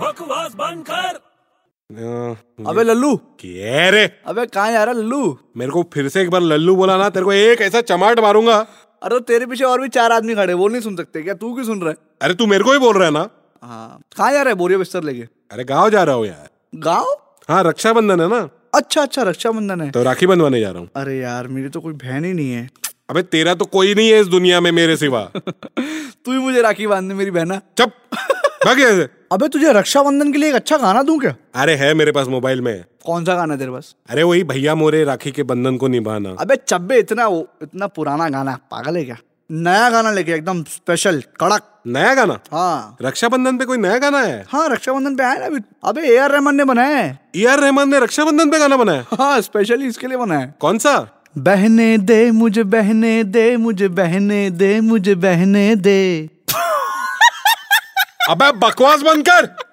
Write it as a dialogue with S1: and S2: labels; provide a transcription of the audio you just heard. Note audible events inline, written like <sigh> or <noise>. S1: बकवास बंद कर
S2: अबे लल्लू
S3: क्या रे
S2: अबे कहाँ जा रहा है लल्लू
S3: मेरे को फिर से एक बार लल्लू बोला ना तेरे को एक ऐसा चमाट मारूंगा
S2: अरे तेरे पीछे और भी चार आदमी खड़े हैं, वो नहीं सुन सकते क्या तू क्यों सुन रहा है
S3: अरे तू मेरे को ही बोल रहा है ना
S2: हाँ कहाँ जा रहा है बोरिया बिस्तर लेके
S3: अरे गाँव जा रहा हूँ यार
S2: गाँव
S3: हाँ रक्षाबंधन है ना
S2: अच्छा अच्छा रक्षाबंधन है
S3: तो राखी बंधवाने जा रहा हूँ
S2: अरे यार मेरी तो कोई बहन ही नहीं है
S3: अबे तेरा तो कोई नहीं है इस दुनिया में मेरे सिवा
S2: <laughs> तू ही मुझे राखी बांधने मेरी बहना
S3: चप भाग यहाँ से।
S2: अबे तुझे रक्षाबंधन के लिए एक अच्छा गाना दूं क्या
S3: अरे है मेरे पास मोबाइल में
S2: कौन सा गाना है तेरे पास
S3: अरे वही भैया मोरे राखी के बंधन को निभाना
S2: अबे चब्बे इतना वो इतना पुराना गाना पागल है क्या नया गाना लेके एकदम स्पेशल कड़क
S3: नया गाना
S2: हाँ
S3: रक्षाबंधन पे कोई नया गाना है
S2: हाँ रक्षाबंधन पे आया ना अभी अबे ए आर रहमान ने बनाया है
S3: ए आर रहमान ने रक्षाबंधन पे गाना बनाया
S2: हाँ स्पेशली इसके लिए बनाया है
S3: कौन सा
S2: बहने दे मुझे बहने दे मुझे बहने दे मुझे बहने दे
S3: अबे बकवास बंद कर